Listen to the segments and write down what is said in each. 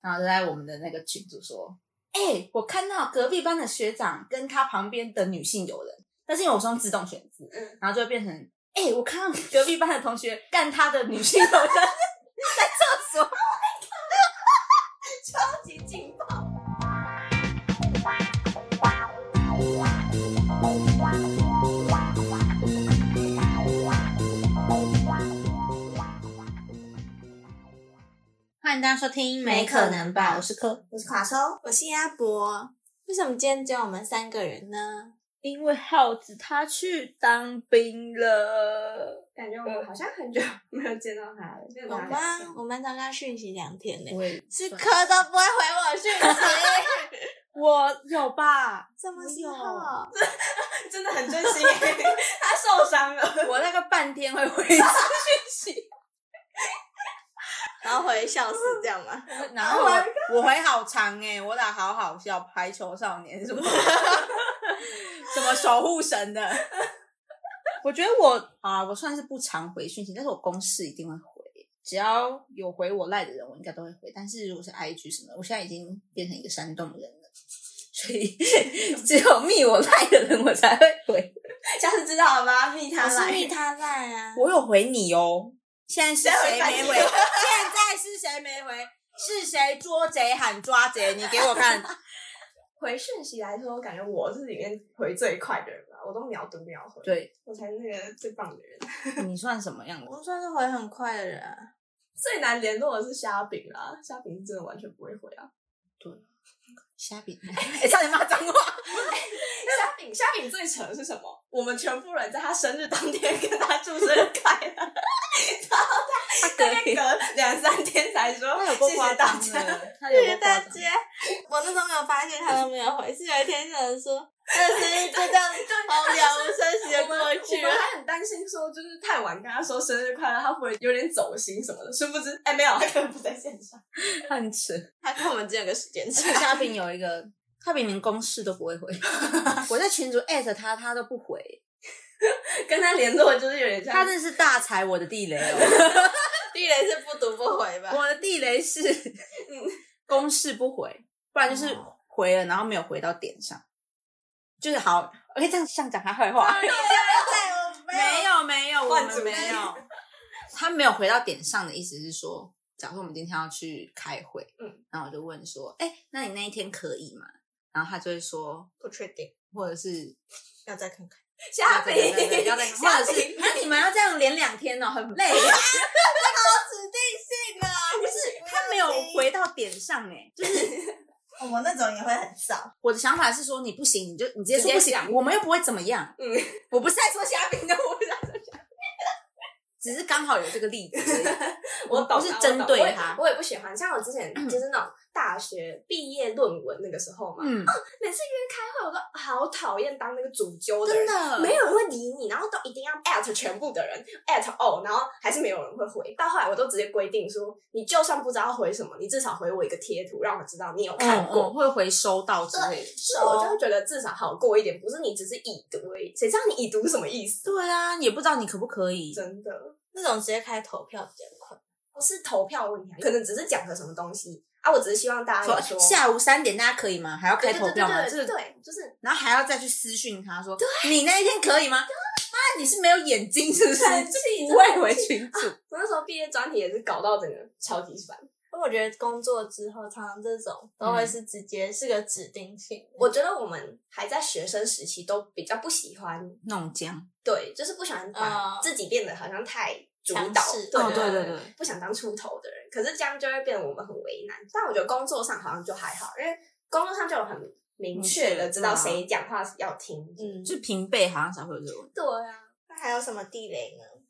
然后就在我们的那个群组说：“哎、我看到隔壁班的学长跟他旁边的女性友人，但是因为我是用自动选字，嗯然后就会变成：哎、我看到隔壁班的同学干他的女性友人 在厕所。”超级劲爆。欢迎大家收听《没可能吧我是柯，我是卡收，我是鸭脖。为什么今天只有我们三个人呢？因为耗子他去当兵了，感觉我们好像很久没有见到他了，就我哪里妈，我们刚刚讯息两天呢、我也是科都不会回我讯 息，我有吧？什么时我候？真的很真心耶， 他受伤了。我那个半天会回一次讯息，然后回笑死这样 吗？然后我我回好长哎、我打好好笑排球少年 什么什么守护神的， 我觉得我啊，我算是不常回讯息，但是我公事一定会回。只要有回我赖的人，我应该都会回。但是如果是 IG 什么的，我现在已经变成一个山洞人了，所 以只有密我赖的人，我才会回。下次知道了吗？密我他是来，密他赖啊，我有回你哦，现在是谁没 回？现在回现在是谁没回？是谁捉贼喊抓贼？你给我看。回讯息来说，感觉我是里面回最快的人吧，我都秒读秒回，对我才是那个最棒的人。 你算什么样的？我算是回很快的人啊、最难联络的是虾饼啦，虾饼是真的完全不会回啊。虾饼，哎，差点骂脏话。虾饼，虾饼最扯的是什么？我们全部人在他生日当天跟他祝生日快 乐，他大概隔两三天才说 他有够谢夸谢大张家。的，他有谢谢够夸大张。家。我那时候没有发现他都没有回，是有一天有人说， 那个生日就这样好了无生息的过我去啊们了。还很担心说，就是太晚跟他说生日快乐，他会不会有点走心什么的？殊不知，哎，没有，他根本不在线上。他很扯。 他跟我们只有个时间而 差且。虾饼有一个，虾饼连公式都不会回。我在群主艾特他，他都不回。跟他联络就是有点像，他真是大踩我的地雷哦！地雷是不读不回吧？我的地雷是嗯公式不回，不然就是回了然后没有回到点上，就是好。我可以这样像讲他坏话。啊没有没有，我换们主没题有。他没有回到点上的意思是说，假如我们今天要去开会，嗯，然后我就问说，哎、那你那一天可以吗？然后他就会说，不确定，或者是要再看看。虾饼对对对，要再，虾或者是饼那你们要这样连两天哦，很累。指定性啊，不是，他没有回到点上哎、就是哦我们那种也会很燥。我的想法是说，你不行，你就你直接说直接不行讲，我们又不会怎么样。嗯，我不是在说虾饼的，我不是在说虾饼，只是刚好有这个例子而已。我懂不啊是我针懂对嗯我也他我也不喜欢。像我之前就是那种大学毕业论文那个时候嘛，嗯，每次约开会，我都好讨厌当那个主揪的真人。的没有人会理你，然后都一定要 at 全部的人 at all，然后还是没有人会回。到后来我都直接规定说，你就算不知道回什么，你至少回我一个贴图，让我知道嗯你有看过。会回收到之类的。所以我就会觉得至少好过一点，不是你只是已读而已。谁知道你已读什么意思？对啊，也不知道你可不可以。真的那种直接开投票比较快。不是投票问题啊，可能只是讲个什么东西啊。我只是希望大家说有说下午三点大家可以吗？还要开投票吗？对这对对对个，对，就是然后还要再去私讯他说你那一天可以吗？妈，你是没有眼睛是不是？很气不会回群主。我那时候毕业专题也是搞到整个超级烦。因为我觉得工作之后，常常这种都嗯会是直接是个指定性。我觉得我们还在学生时期都比较不喜欢弄僵。对，就是不想把嗯自己变得好像太主强导，势对哦对对嗯对对对，不想当出头的人。可是这样就会变得我们很为难。但我觉得工作上好像就还好，因为工作上就有很明确的知道谁讲话要听。嗯，就平辈好像才会有这个问题。对啊，那还有什么地雷呢？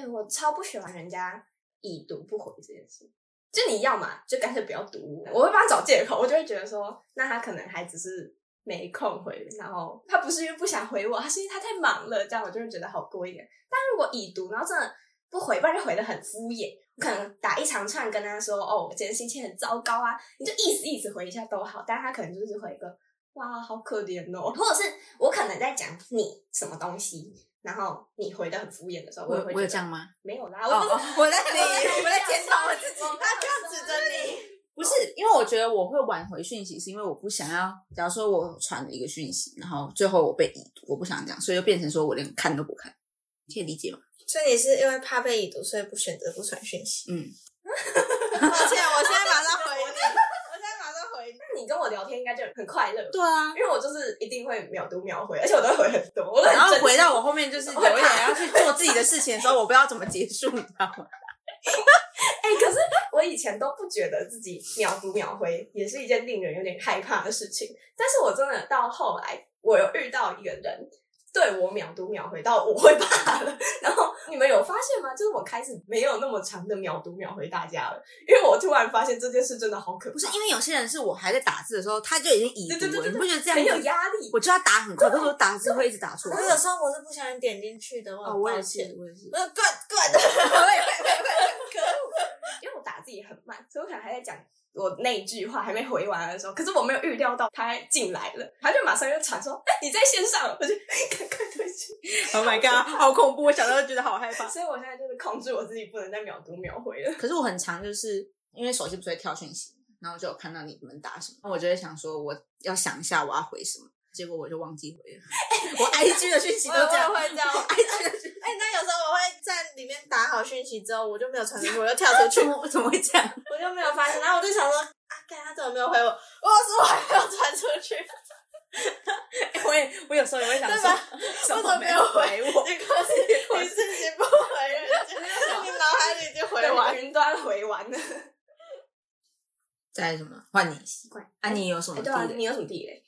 哎、我超不喜欢人家已读不回这件事。就你要嘛，就干脆不要读我，我会帮他找借口，我就会觉得说，那他可能还只是没空回，然后他不是因为不想回我，他是因为他太忙了，这样我就会觉得好过一点。但如果已读，然后真的不回，不然就回的很敷衍，我可能打一长串跟他说，哦，我今天心情很糟糕啊，你就意思意思回一下都好，但他可能就是回一个。哇，好可怜哦！或者是我可能在讲你什么东西，然后你回的很敷衍的时候，我也会我有觉这得样吗？没有啦，哦我不是哦我在我在我在检讨我自己。他这样指着你，不是，因为我我觉得我会晚回讯息，是因为我不想要。假如说我传了一个讯息，然后最后我被已读，我不想讲，所以就变成说我连看都不看，可以理解吗？ 所以你是因为怕被已读，所以不选择不传讯息。嗯， 抱歉，我现在马上回你，我现在马上回你。那你跟我聊天应该就很快乐，对啊。因为我就是一定会秒读秒回，而且我都会回很多，我都很然后珍惜回到我后面就是有一点要去做自己的事情的时候，我不知道怎么结束，你知道吗？ 哎、可是我以前都不觉得自己秒读秒回也是一件令人有点害怕的事情，但是我真的到后来，我有遇到一个人对我秒读秒回到我会怕了。然后你们有发现吗？就是我开始没有那么长的秒读秒回大家了，因为我突然发现这件事真的好可怕，不是因为有些人是我还在打字的时候，他就已经已对读对对了，对你不觉得这很有样子？压力。我就要打很快，可是我打字会一直打错。我有时候我是不小心点进去的，哦，我我很也抱是歉。，我也是。 我 good good，因为我打字也很慢，所以我可能还在讲我那一句话还没回完的时候，可是我没有预料到他进来了，他就马上又传说：“哎、你在线上了。”我就 赶快退去。 Oh my god，好恐怖！我想到就觉得好害怕。所以我现在就是控制我自己，不能再秒读秒回了。可是我很常就是因为手机不是会跳讯息，然后就有看到你们打什么，我就会想说我要想一下我要回什么，结果我就忘记回了。 我 IG 的讯息都我也这样，会这样我 IG 的讯息哎、那有时候我会在里面打好讯息之后，我就没有传出去，我就跳出去怎，么我怎么会这样？ 我就没有发现，然后我就想说，啊，干他怎么没有回我？我说我还没有传出 去，我也我有时候也会想对说吧，怎为什么没有回我？结果是你自己不回人家，你脑海里已经回 对，完。云端回完了。再来什么？换你怪啊？你有什么哎地 对啊，雷？你有什么地雷？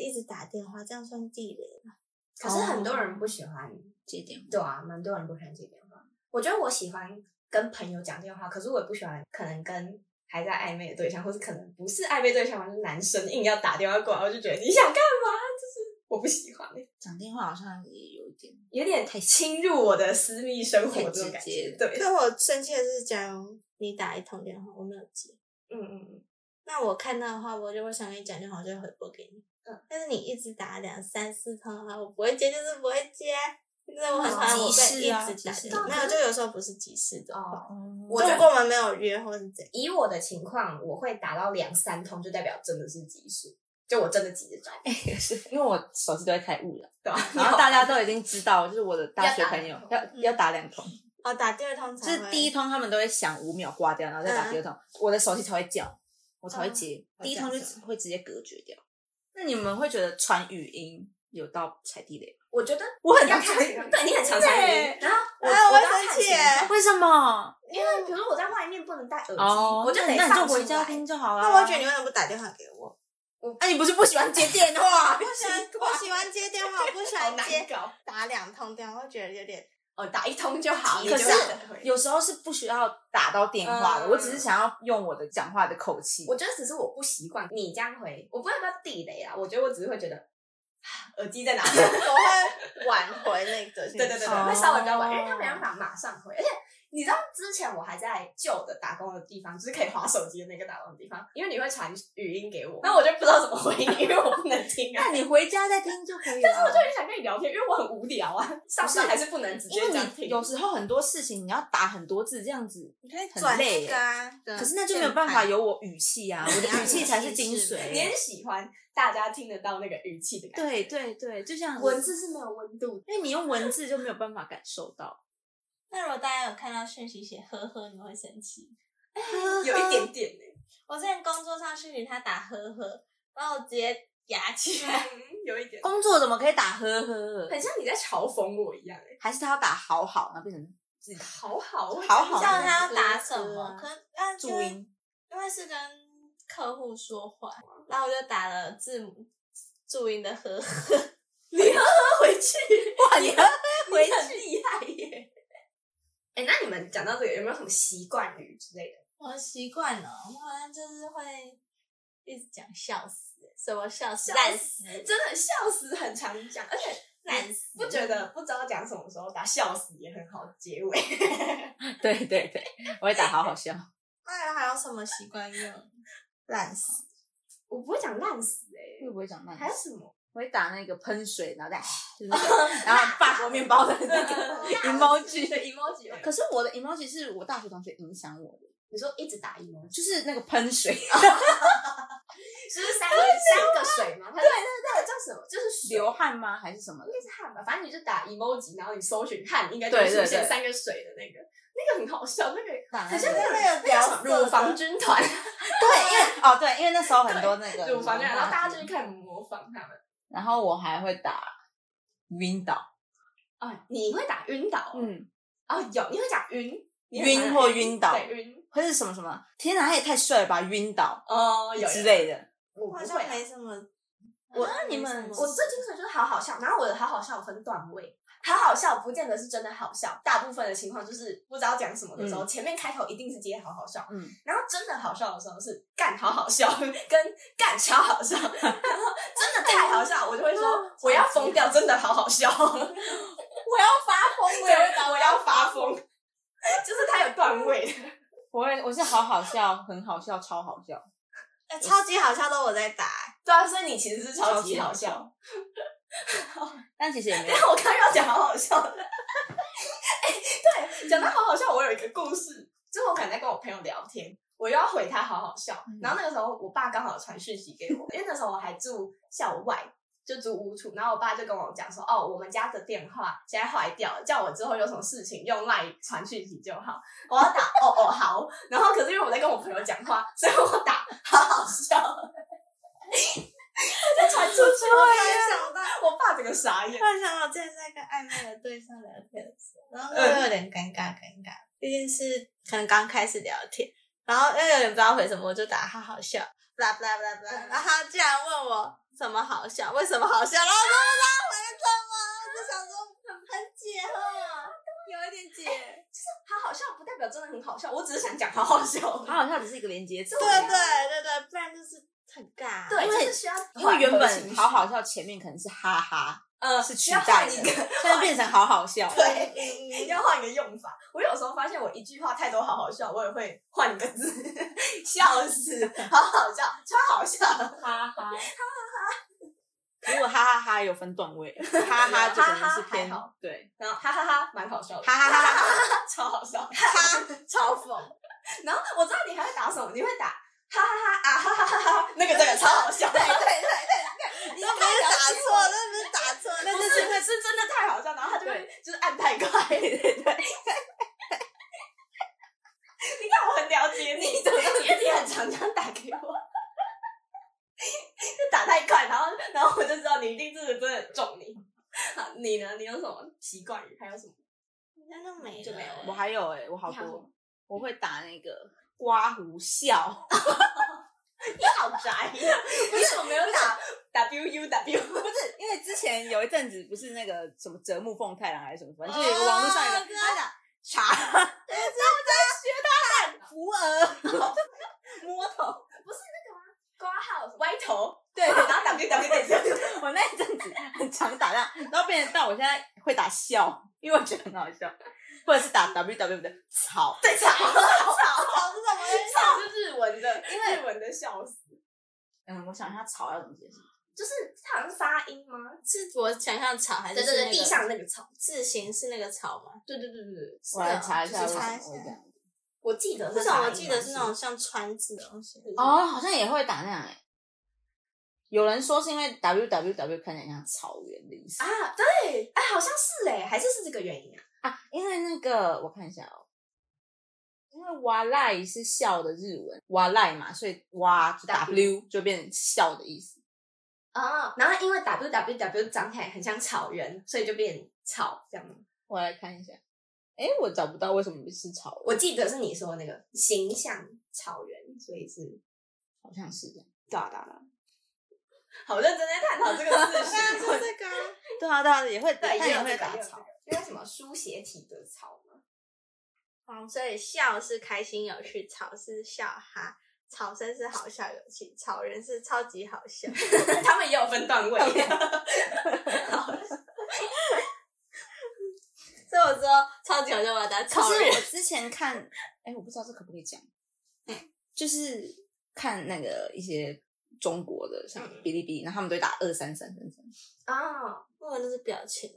一直打电话，这样算地雷吗？可是很多人不喜欢，接电话？对啊，蛮多人不喜欢接电话。我觉得我喜欢跟朋友讲电话，可是我也不喜欢，可能跟还在暧昧的对象，或是可能不是暧昧对象，反正男生硬要打电话过来，我就觉得你想干嘛？就是我不喜欢，讲电话好像也有一点。有点太侵入我的私密生活这种太感直接觉了。对，那我生气的是，假如你打一通电话，我没有接，嗯嗯嗯，那我看到的话，我就会想跟你讲电话，我就会回拨给你。嗯，但是你一直打两三四通的话，我不会接，就是不会接。因为我很讨厌我被急事啊一直打急电事话，没有，就有时候不是急事的话，哦。我我就如果我们没有约或是怎样，以我的情况，我会打到两三通，就代表真的是急事，就我真的急 着找。啊也是，因为我手机都在开 雾了，对吧？然后大家都已经知道，就是我的大学朋友要打要要打两通，哦，打第二通就才是第一一通他们都会响五秒挂掉，然后再打第二通，我的手机才会叫，我才会接。嗯第一通就只会直接隔绝掉。那你们会觉得传语音有到踩地雷吗？我觉得我很要常看传语音，对你很常常对然后我、啊哎我我会都要看生气情况为什么？因为比如说我在外面不能戴耳机，哦，我就得那你放就出回家来。听就好了。那我觉得你为什么不打电话给 我？啊，你不是不喜欢接电话？ 我喜欢我喜欢接电话，我不喜好欢难接搞打两通电话，我觉得有 点哦，打一通就好。可是你就会等回有时候是不需要打到电话的，嗯我只是想要用我的讲话的口气。我觉得只是我不习惯你这样回，我不知道要不要地雷啦。我觉得我只是会觉得啊耳机在 哪里。我会挽回那个。对对对对，哦会稍微比较晚，哎因为他没办法马上回，而且。你知道之前我还在旧的打工的地方，就是可以划手机的那个打工的地方，因为你会传语音给我，那我就不知道怎么回你，因为我不能听啊。那你回家再听就可以了。 但是我就很想跟你聊天，因为我很无聊啊，上班还是不能直接因为这样你听。有时候很多事情你要打很多字，这样子你可以很转累那耶个啊。可是那就没有办法有我语气啊，我的语气 才是精你也髓。欸喜欢大家听得到那个语气的感觉，对对对，就像文，字是没有温度的。因为你用文字就没有办法感受到。那如果大家有看到讯息写呵呵，你会生气？有一点点欸我之前工作上讯息他打呵呵，然后我直接牙起 来。嗯，有一点，工作怎么可以打呵呵？很像你在嘲讽我一样哎，还是他要打好好，然后变成自己好好嗯好好像呵他要打呵什么？啊可啊，注因为音？因为是跟客户说话，然后我就打了字母注音的呵呵。你呵呵回去， 哇， 你回去厉害耶！哎、那你们讲到这个，有没有什么习惯语之类的？我的习惯了，我好像就是会一直讲笑死，什么笑死，烂烂死，真的笑死，很常讲，而且烂死，不觉得不知道讲什么时候打笑死也很好结尾。 对对对，我会打好好 笑。那还有什么习惯用？烂死，我不会讲烂死哎、会不会讲慢？还有什 么？我会打那个喷水，然后 再就是那个，然后法国面包的那个辣 emoji。呃对 emoji，可是我的 emoji 是我大学同学影响我的，你说一直打一吗？就是那个喷水 就是 三个三个水吗？对对对，那个叫什么？就是水流汗吗？还是什么的？应该是汗吧，反正你就打 emoji，然后你搜寻汗，应该就会出对对现对三个水的那个，那个很好笑，那个打很像个那个聊那个什么乳房军团，对，因为哦对，因为那时候很多那个 乳房军团，然后大家就就，去看模仿他们。然后我还会打晕倒，啊，你会打晕倒？嗯，哦，有，你会打晕，你会打晕或晕倒，对晕，或是什么什么，天哪，他也太帅了吧，晕倒哦，有之，类的。我我好不像会。啊没什么。我好像你没们什么我最精髓就是好好笑，然后我的好好笑有分段位，好好笑不见得是真的好笑，大部分的情况就是不知道讲什么的时候，前面开头一定是接好好笑，嗯，然后真的好笑的时候是干好好笑 跟干超好笑， 然后真的太好笑，我就会说我要疯掉，真的嗯好好笑，我我要发疯，也会 打我要发疯，就是它有段位的，我也我是好好笑，很好笑，超好笑。哎超级好笑都我在打、 对啊，所以你其实是超级好笑。但其实也没有但我刚要讲好好笑的， 哎、对，讲到好好笑，我有一个故事，就是我可能在跟我朋友聊天，我又要回他好好笑，嗯然后那个时候我爸刚好传讯息给我，因为那时候我还住校外。就住屋处，然后我爸就跟我讲说，哦，我们家的电话现在坏掉了，叫我之后有什么事情用赖传讯息就好。我要打哦哦好，然后可是因为我在跟我朋友讲话，所以我打好好笑， 我就传出去，我突然想到，我爸整个傻眼突。然想到我之前在跟暧昧的对象聊天的时候，然后那时候有点尴尬，尴尬，毕竟是可能刚开始聊天，然后又有点不知道回什么，我就打他好笑，不啦不啦不啦不啦，然后他竟然问我什么好笑，为什么好笑，然后我都不知道回什么，我就想说很解啊哈，有一点解，他好笑不代表真的很好笑，我只是想讲好好笑。好好笑，只是一个连接词。对啊对对对，不然就是很尬，啊对，因为就是需要因为原缓和情本绪好好笑前面可能是哈哈，呃是取代的，一个现在变成好好 笑。对。嗯，嗯嗯要换一个用法。我有时候发现我一句话太多好好笑，我也会换一个字，笑死，好好笑，超好笑，哈哈哈哈。如果哈哈哈有分段位，哈哈就可能是偏哈哈还好对，然后哈哈哈，蛮好笑的，哈哈哈哈哈，超好笑。他嘲讽，然后我知道你还会打什么，你会打哈哈哈啊哈哈哈哈，那个这个超好笑，对对对对，你那不是打错，那不是打错，那不就是是是真的太好笑，然后他就会对就是按太快，对对对。 你看我很了解你，因为你很常常打给我，就打太快，然后然后我就知道你一定是真的中你。好你呢？你有什么习惯语？还有什么？那嗯就没了就没有了我还有哎、我好你还有什多，我会打那个刮胡笑， 你好宅呀！你怎么没有打 W U W？ 不是因为之前有一阵子不是那个什么折木凤太郎还是什么，反正就有一个网络上有一个他讲茶，我在学他扶额摸头，挂号歪头，对，然 后 W W W。我那一阵子很常打那，然后变成到我现在会打笑，因为我觉得很好笑，或者是打 W W 的草，对，吵吵吵，是什么意思？吵是日文的，因为日文的笑死，嗯，我想一下草要怎么解释，就是它好像发音吗？是我想象草还是是那个那个草，字形是那个草吗？对对对对对，我来查一下为什就是么查一会这下样。我记得为是什么发音吗，我记得是那种像川字的东西？哦，好像也会打那样哎、有人说是因为 W W W 看起来像草原的意思啊啊？对，哎，好像是哎，还是是这个原因啊？因为那个我看一下哦，因为哇赖是笑的日文，哇赖嘛，所以哇就 W 就变成笑的意思。啊，然后因为 W W W 长起来很像草原，所以就变草这样吗。我来看一下，哎，我找不到为什么是草原，我记得是你说那个形象草原，所以是啊好像是这样。哒哒哒。好认真在探讨这个当字然形，是这个啊，对啊，对啊，也会， 对，他也也有会这个打，也有这草个。因为什么书写体的草吗？ 哦，所以笑是开心有趣，草是笑哈，草声是好笑有趣，草人是超级好笑。他们也有分段 位。所以我说超级好笑，我要打可草是人 我。之前看，哎、我不知道这可不可以讲，嗯就是看那个一些中国的，像嗯哔哩哔哩，然后他们都会打二三三三三，啊，我那是表情，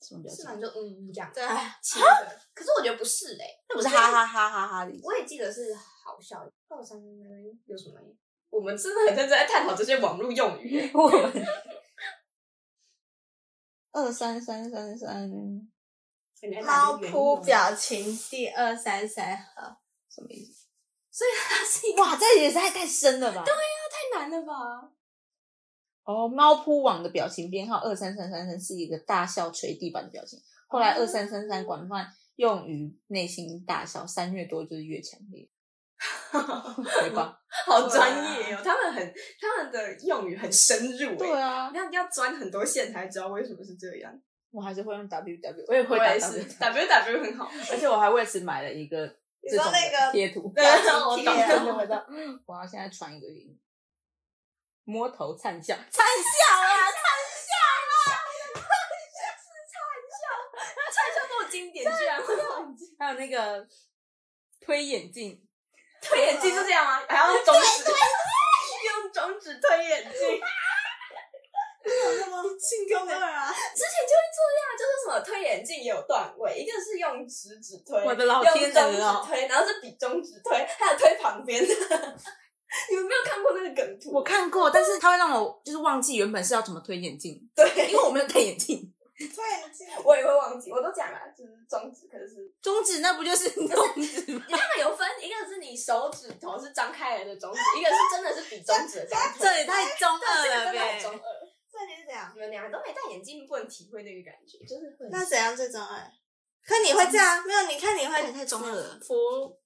什么表是情吗？？你就嗯嗯这样。对，切的可是我觉得不是嘞、哎 那不是哈哈哈哈哈的意思，我也记得是好笑。到三有什么？我们真的很认真在探讨这些网络用语。我们二三三三三猫扑，表情第二三三号，什么意思？所以它是一个哇，这也太太深了吧！啊太难了吧？哦，猫扑网的表情编号二三三三三是一个大笑捶地板的表情，后来哦二三三三广泛用于内心大笑，三越多就是越强 烈，对吧？ 好专业哦，他们很他们的用语很深入、欸，对啊，要要钻很多线才知道为什么是这样。我还是会用 W W，我也我会打也是 W， ，W W 很好，而且我还为此买了一个你这说种那的个贴图，对表我情懂贴了啊我的，我要现在传一个给你。摸头灿笑，灿笑 啊！蔡笑这么经典，居然会忘记。 还有那个推眼镜，推眼镜就这样吗？还要用 中指， 用中指推眼镜，有那么性格二啊？之前就会这样，就是什么推眼镜也有段位，一个是用食指推，我的老天用中鹅哦指推，然后是比中指推，还有推旁边的。 你们没有看过那个梗图？我看过，但是它会让我就是忘记原本是要怎么推眼镜，对因为我没有戴眼镜。对，你记得我也会忘记，我都讲了，就是中指，可是中指那不就是中指吗？他们有分，一个是你手指头是张开来 的中指，一个是真的是比中指的这样 推。这也太中这二个了真的很呗！中二。这里是怎样？你们两个都没戴眼镜，不能体会那个感觉，就是会。那怎样最中二？可你会这样？没有，你看你会太中二了扶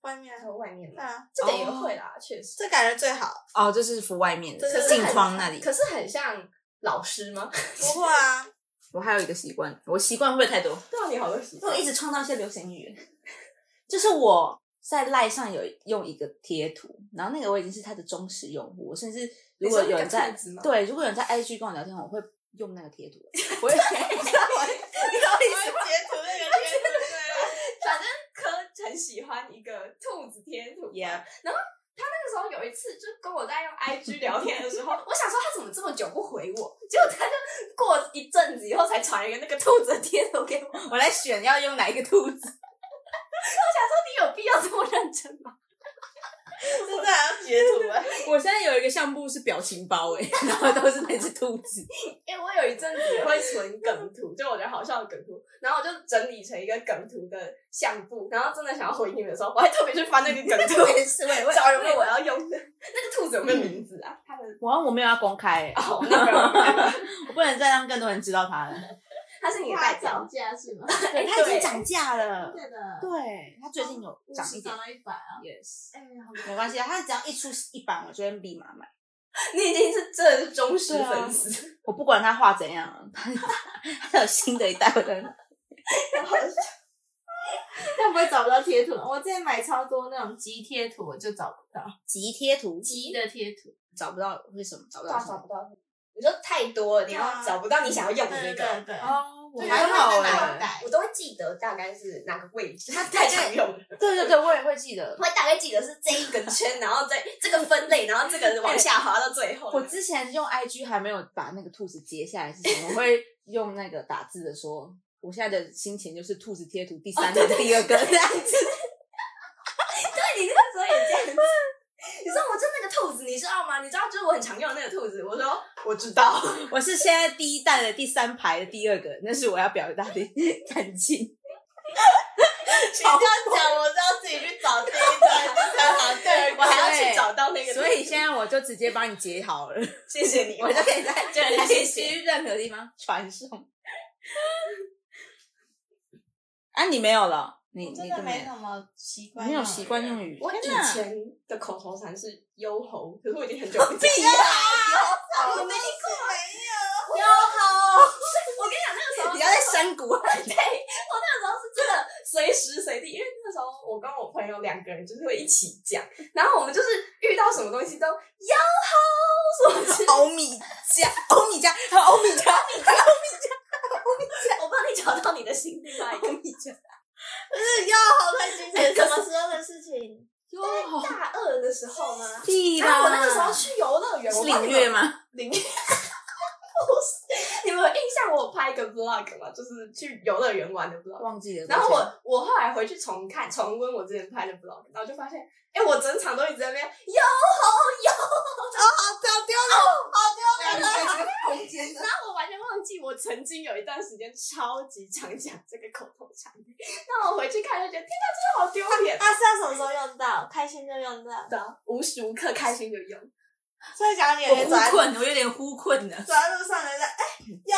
外面啊，还有外面对啦，啊，这点也会啦，确实。这感觉最好。哦，就是扶外面这的是镜框那里。可是很像老师吗？不会啊，我还有一个习惯，我习惯会不啊会太多？到底好多习因为我一直创造一些流行语， 就是我在赖上有用一个贴图，然后那个我已经是他的忠实用户，我甚至如果有人在你说那个兔子吗对，如果有人在 IG 跟我聊天，我会用那个 贴图，我会你知道吗你知道我会截图那个贴图对反正科很喜欢一个兔子贴图嘛 Yeah 然后他那个时候有一次就跟我 在用 IG 聊天的时 候，我想说他怎么这么久不回我，结果他就过一阵子以后才传一个那个兔子的贴图给我，我我我来选要用哪一个兔子，说你有必要这么认真吗？不对，真的还要截图啊？ 我现在有一个相簿是表情包哎、 然后都是那只兔子， 因为我有一阵子也会存梗图，就我觉得好笑的梗图，然后我就整理成一个梗图的相簿，然后真的想要回你们的时候，我还特别去翻那个梗 图，是我也会找有没有我要用的。 那个兔子有没有名字 啊？它的我我没有要公开、欸，哦，那个 我不能再让更多人知道他了，它是你的代 表。价是 吗？哎他已经涨价了，的对他最近有涨一点到一百 啊。 ，yes。哎，好没关系啊，他只要一出一版，我就会立马买。 你已经是这忠实粉 丝，我不管他画怎样，啊他 他有新的一代，我的 但不会找不到贴图。我之前买超多那种集贴图，我就找不到集贴图集的贴图。找不到，为什么找不到找什么？不到。你说太多了，你对要啊找不到你想要用的对那个对，对，哦，我对还然好后哎、那个我都会记得大概是哪个位置， 它太常用了，对对对，我也会记得。嗯会大概记得是这一个 圈，然后在这个分类，然后这个 往下滑到最后。我之前用 IG 还没有把那个兔子截下来之前，我会用那个打字的说，我现在的心情就是兔子贴图第三个、第哦二个这样子。对你那时候也这样子。你知道我真那个兔子，你知道吗？你知道就是我很常用的那个兔子，我说 我知道，我是现在第一代的第三排的第二个，那是我要表达的 感情。你这样讲，我就要自己去找贴图， 这才好对。我还要去找到那个兔子。所以现在我就直接帮你截好了。谢谢你，我就可以在 这 里谢必谢。须任何地方传送。 啊，你没有了，你我你真都的没没有什么习惯，没有习惯用语。我以天哪前的口头禅是优猴，可是我已经很久不见。啊 我没有，优猴，我跟你讲，那个时候你要在山谷啊，我那个时候是真的随时随地，因为那时候我跟我朋友两个人就是会一起讲，然后我们就是遇到什么东西都优猴什么之类的。欧米茄，欧米茄，还有欧米茄，还有我帮你找到你的心另 外一个欧米茄。就是要好开心才什么时候的事情？哟，啊大二的时候吗？屁然啦！后我那个时候去游乐园，是 我帮领你月们吗？你们有印象？我有拍一个 vlog 嘛，就是去游乐园玩的 vlog。忘记了。然后我我后来回去重看重温我之前拍的 vlog，然后就发现，哎、我整场都一直在那边有哦在这 个空间然后我完全忘记我曾经有一段时间超级常讲这个口头禅，那我回去看就觉得天哪，真的好丢脸。啊那是要什么时候用到？开心就用到。的无时无刻开心就用，所以讲你我也走忽在困，我有点忽困了。走在路上人家 哎有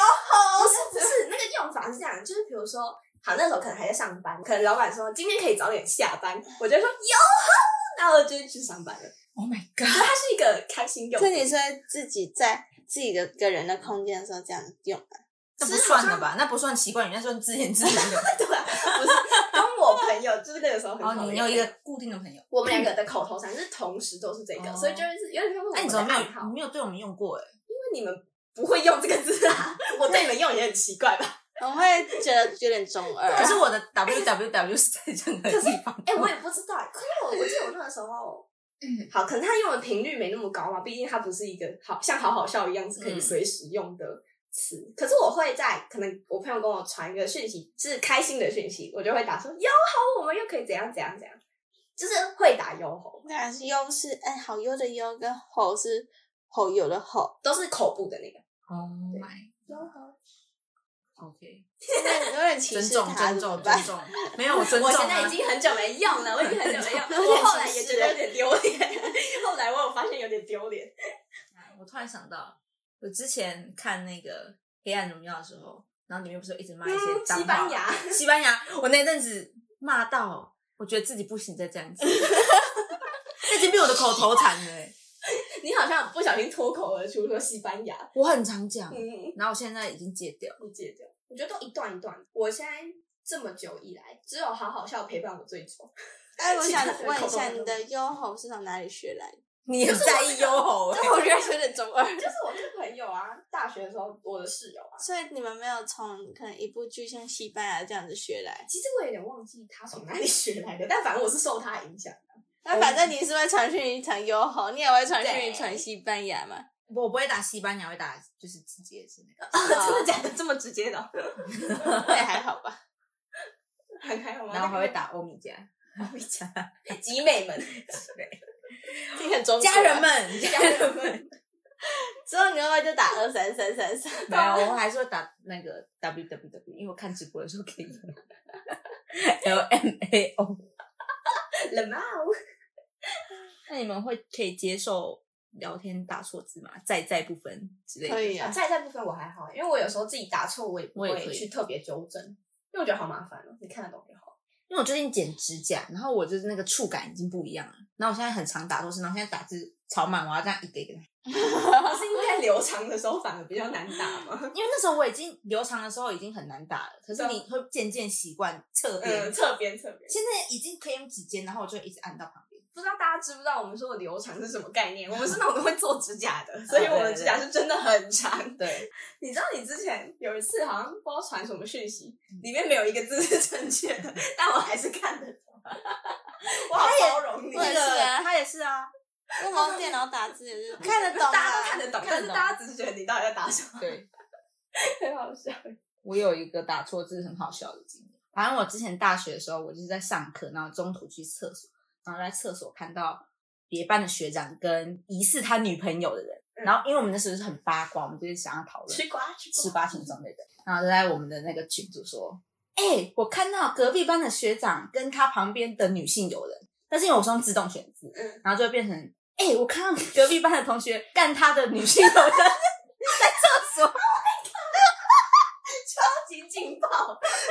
不是不是那个用法是这样，就是比如说，好那时候可能还在上班，可能老板说今天可以早点下班，我就说哟吼，然后我就去上班了。 Oh my 所 god！以它是一个开心用所以你是在自己在自己的个人的空间的时候这样用啊，那不算了吧？那不算奇怪，那算自言自 语的。 对吧？不是跟我朋友，就是那个时候很然好后的哦你有一个固定的朋友，我们两个的口头禅是同时都是这个，哦所以就是有点像是我那们你的怎么没暗有号你，没有对我们用过？哎，因为你们不会用这个字啊， 我对你们用也很奇怪吧？我会觉得有点中二。 可是我的 W W W 是在任何地方。哎、我也不知道，可是我我记得我那个时候，嗯好，可能他用的频率没那么高嘛，毕竟它不是一个好像好好笑一样是可以嗯随时用的词。可是我会在可能我朋友跟我传一个讯息是开心的讯息，我就会打说“哟吼”，我们又可以怎样怎样怎样，就是会打“哟吼那还是优是哎，好优的优跟吼是吼有的吼”，，都是口部的那个。 Oh my 哟吼， OK，有点有点歧尊视重他，尊怎么重办尊重，没有我尊重我啊。现在已经很久没用 了，我已经很久没用，我后来也觉得有点丢脸， 后来我有发现有点 丢脸。我突然想到，我之前看那个《黑暗荣耀》的时候，然后里面不是有一直骂一些脏话、嗯西班牙，西班牙，我那阵子骂到，我觉得自己不行再这 样子，那已经变我的口头禅了欸、你好像不小心脱口而出说西班牙，我很常讲，嗯。然后我现在已经戒掉了。不戒掉。我觉得都一段一段。我现在这么久以来，只有好好笑陪伴我最久。哎，我想其他的问一口头下，禅你的优吼是从哪里学 来的？你很在意优吼、 欸，但我觉得有点中二。就是我这个朋友啊，大学的时候我的室友啊，所以你们没有从可能一部剧像西班啊牙这样子学来，其实我有点忘记他从哪里学来的，但反正我是受他影响。那反正你是会传讯一传优吼，你也会传讯对一传西班牙 嘛？我不会打西班牙，我会打就是直接是那个。哦假的？这么直接的？那也还好吧。很 还好吗？然后还会打欧米伽，那个集美们，你很中国啊家人，们，家人们，之后你会不会就打二三三三三？没有，我还是会打那个 W W W，因为我看直播的时候可以用 L M A O。冷帽。啊那你们会可以接受聊天打错字吗？在在不分之类的？可以啊啊，在这部分我还好，因为我有时候自己打错，我也不我也会会去特别纠正，因为我觉得好麻烦哦。你看得懂就好。因为我最近剪指甲，然后我就是那个触感已经不一样了。然后我现在很常打错字，然后现在打字超慢，我要这样一个一个。是因为留长的时候反而比较难打吗？ 因为那时候我已经留长的时候已经很难打了，可是你会渐渐习惯侧边，啊嗯，侧边侧边。现在已经可以用指尖，然后我就一直按到旁边。不知道大家知不知道我们说的留长是什么概念？我们是那种会做指甲的，所以我们指甲是真的很长。对，你知道你之前有一次好像不知道传什么讯息，里面没有一个字是正确的，但我还是看得懂。我好包容你我，也是啊他也是啊，用好像电脑打字也是看得懂大家都看啊。得懂，看得懂但是大家只是觉得你到底在打什 么，对。很好笑。我有一个打错字很好笑的经历。反正我之前大学的时候，我就是在上课，然后中途去厕所，然后在厕所看到别班的学长跟疑似他女朋友的人，嗯然后因为我们那时候是很八卦，我们就是想要讨论吃瓜吃十八群中类的，然后就在我们的那个群组说：“哎、我看到隔壁班的学长跟他旁边的女性友人，但是因为我是用自动选字，嗯然后就会变成：哎、我看到隔壁班的同学干他的女性友人在厕所。”超级劲爆，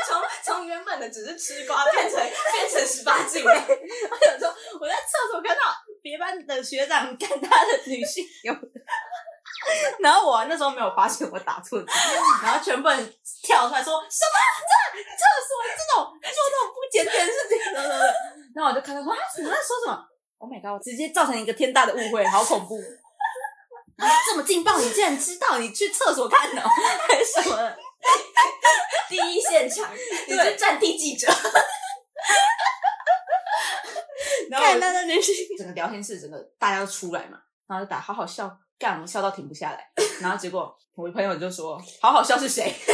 从从原本的只是吃瓜变成变成十八禁了。我想说我在厕所看到别班的学长干他的女性友人， 然后我那时候没有发现我打错字，然后全部人跳出来说什么这厕所这种做这种不检点的事情，然后然后我就看到说啊你们在说什么？Oh my god！直接造成一个天大的误会，好恐怖。 然后这么劲爆，你竟然知道你去厕所看的、哦，还是什么的？ 第一现场，你是战地记者，然后我看到 的女性，整个聊天室，整个大家都出来嘛，然后就打好好笑，干我笑到停不下来， 然后结果我朋友就说：“好好笑是谁？”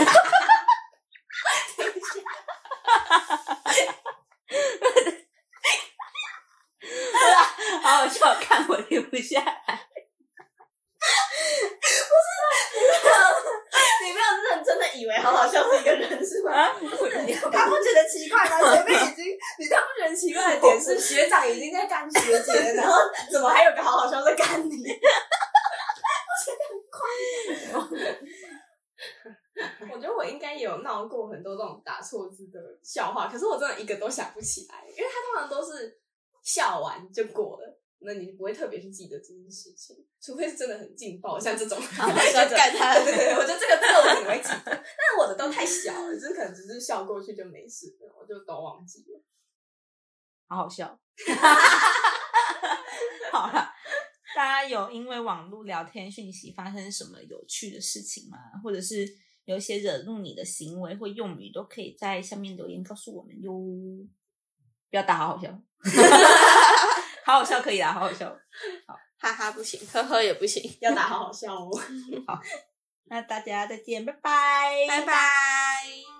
好好笑，看我停不下来。 你没有认真的以为好好笑是一个人是吗？啊 他不觉得奇怪吗？前面已经，你他不觉得奇怪的点是学长已经在干学姐了，然后怎么还有个好好笑在干你？ 我觉得很快。我觉得我应该也有闹过很多这种打错字的笑话，可是我真的一个都想不起来，因为他通常都是笑完就过了，那你不会特别去记得这件事情，除非是真的很劲爆，像这种，笑就干 他啊对对对，我觉得这个这个我可能会记得，但我的都太小了，就是可能只是笑过去就没事了，我就都忘记了。好好笑。 好了，大家有因为网络聊天讯息发生什么有趣的事情吗？或者是有一些惹怒你的行为或用语，都可以在下面留言告诉我们哟。不要打好好笑， 好好笑可以啦，好好笑。哈哈不行，呵呵也不行，要打好好笑哦。那大家再见，拜拜，拜。拜。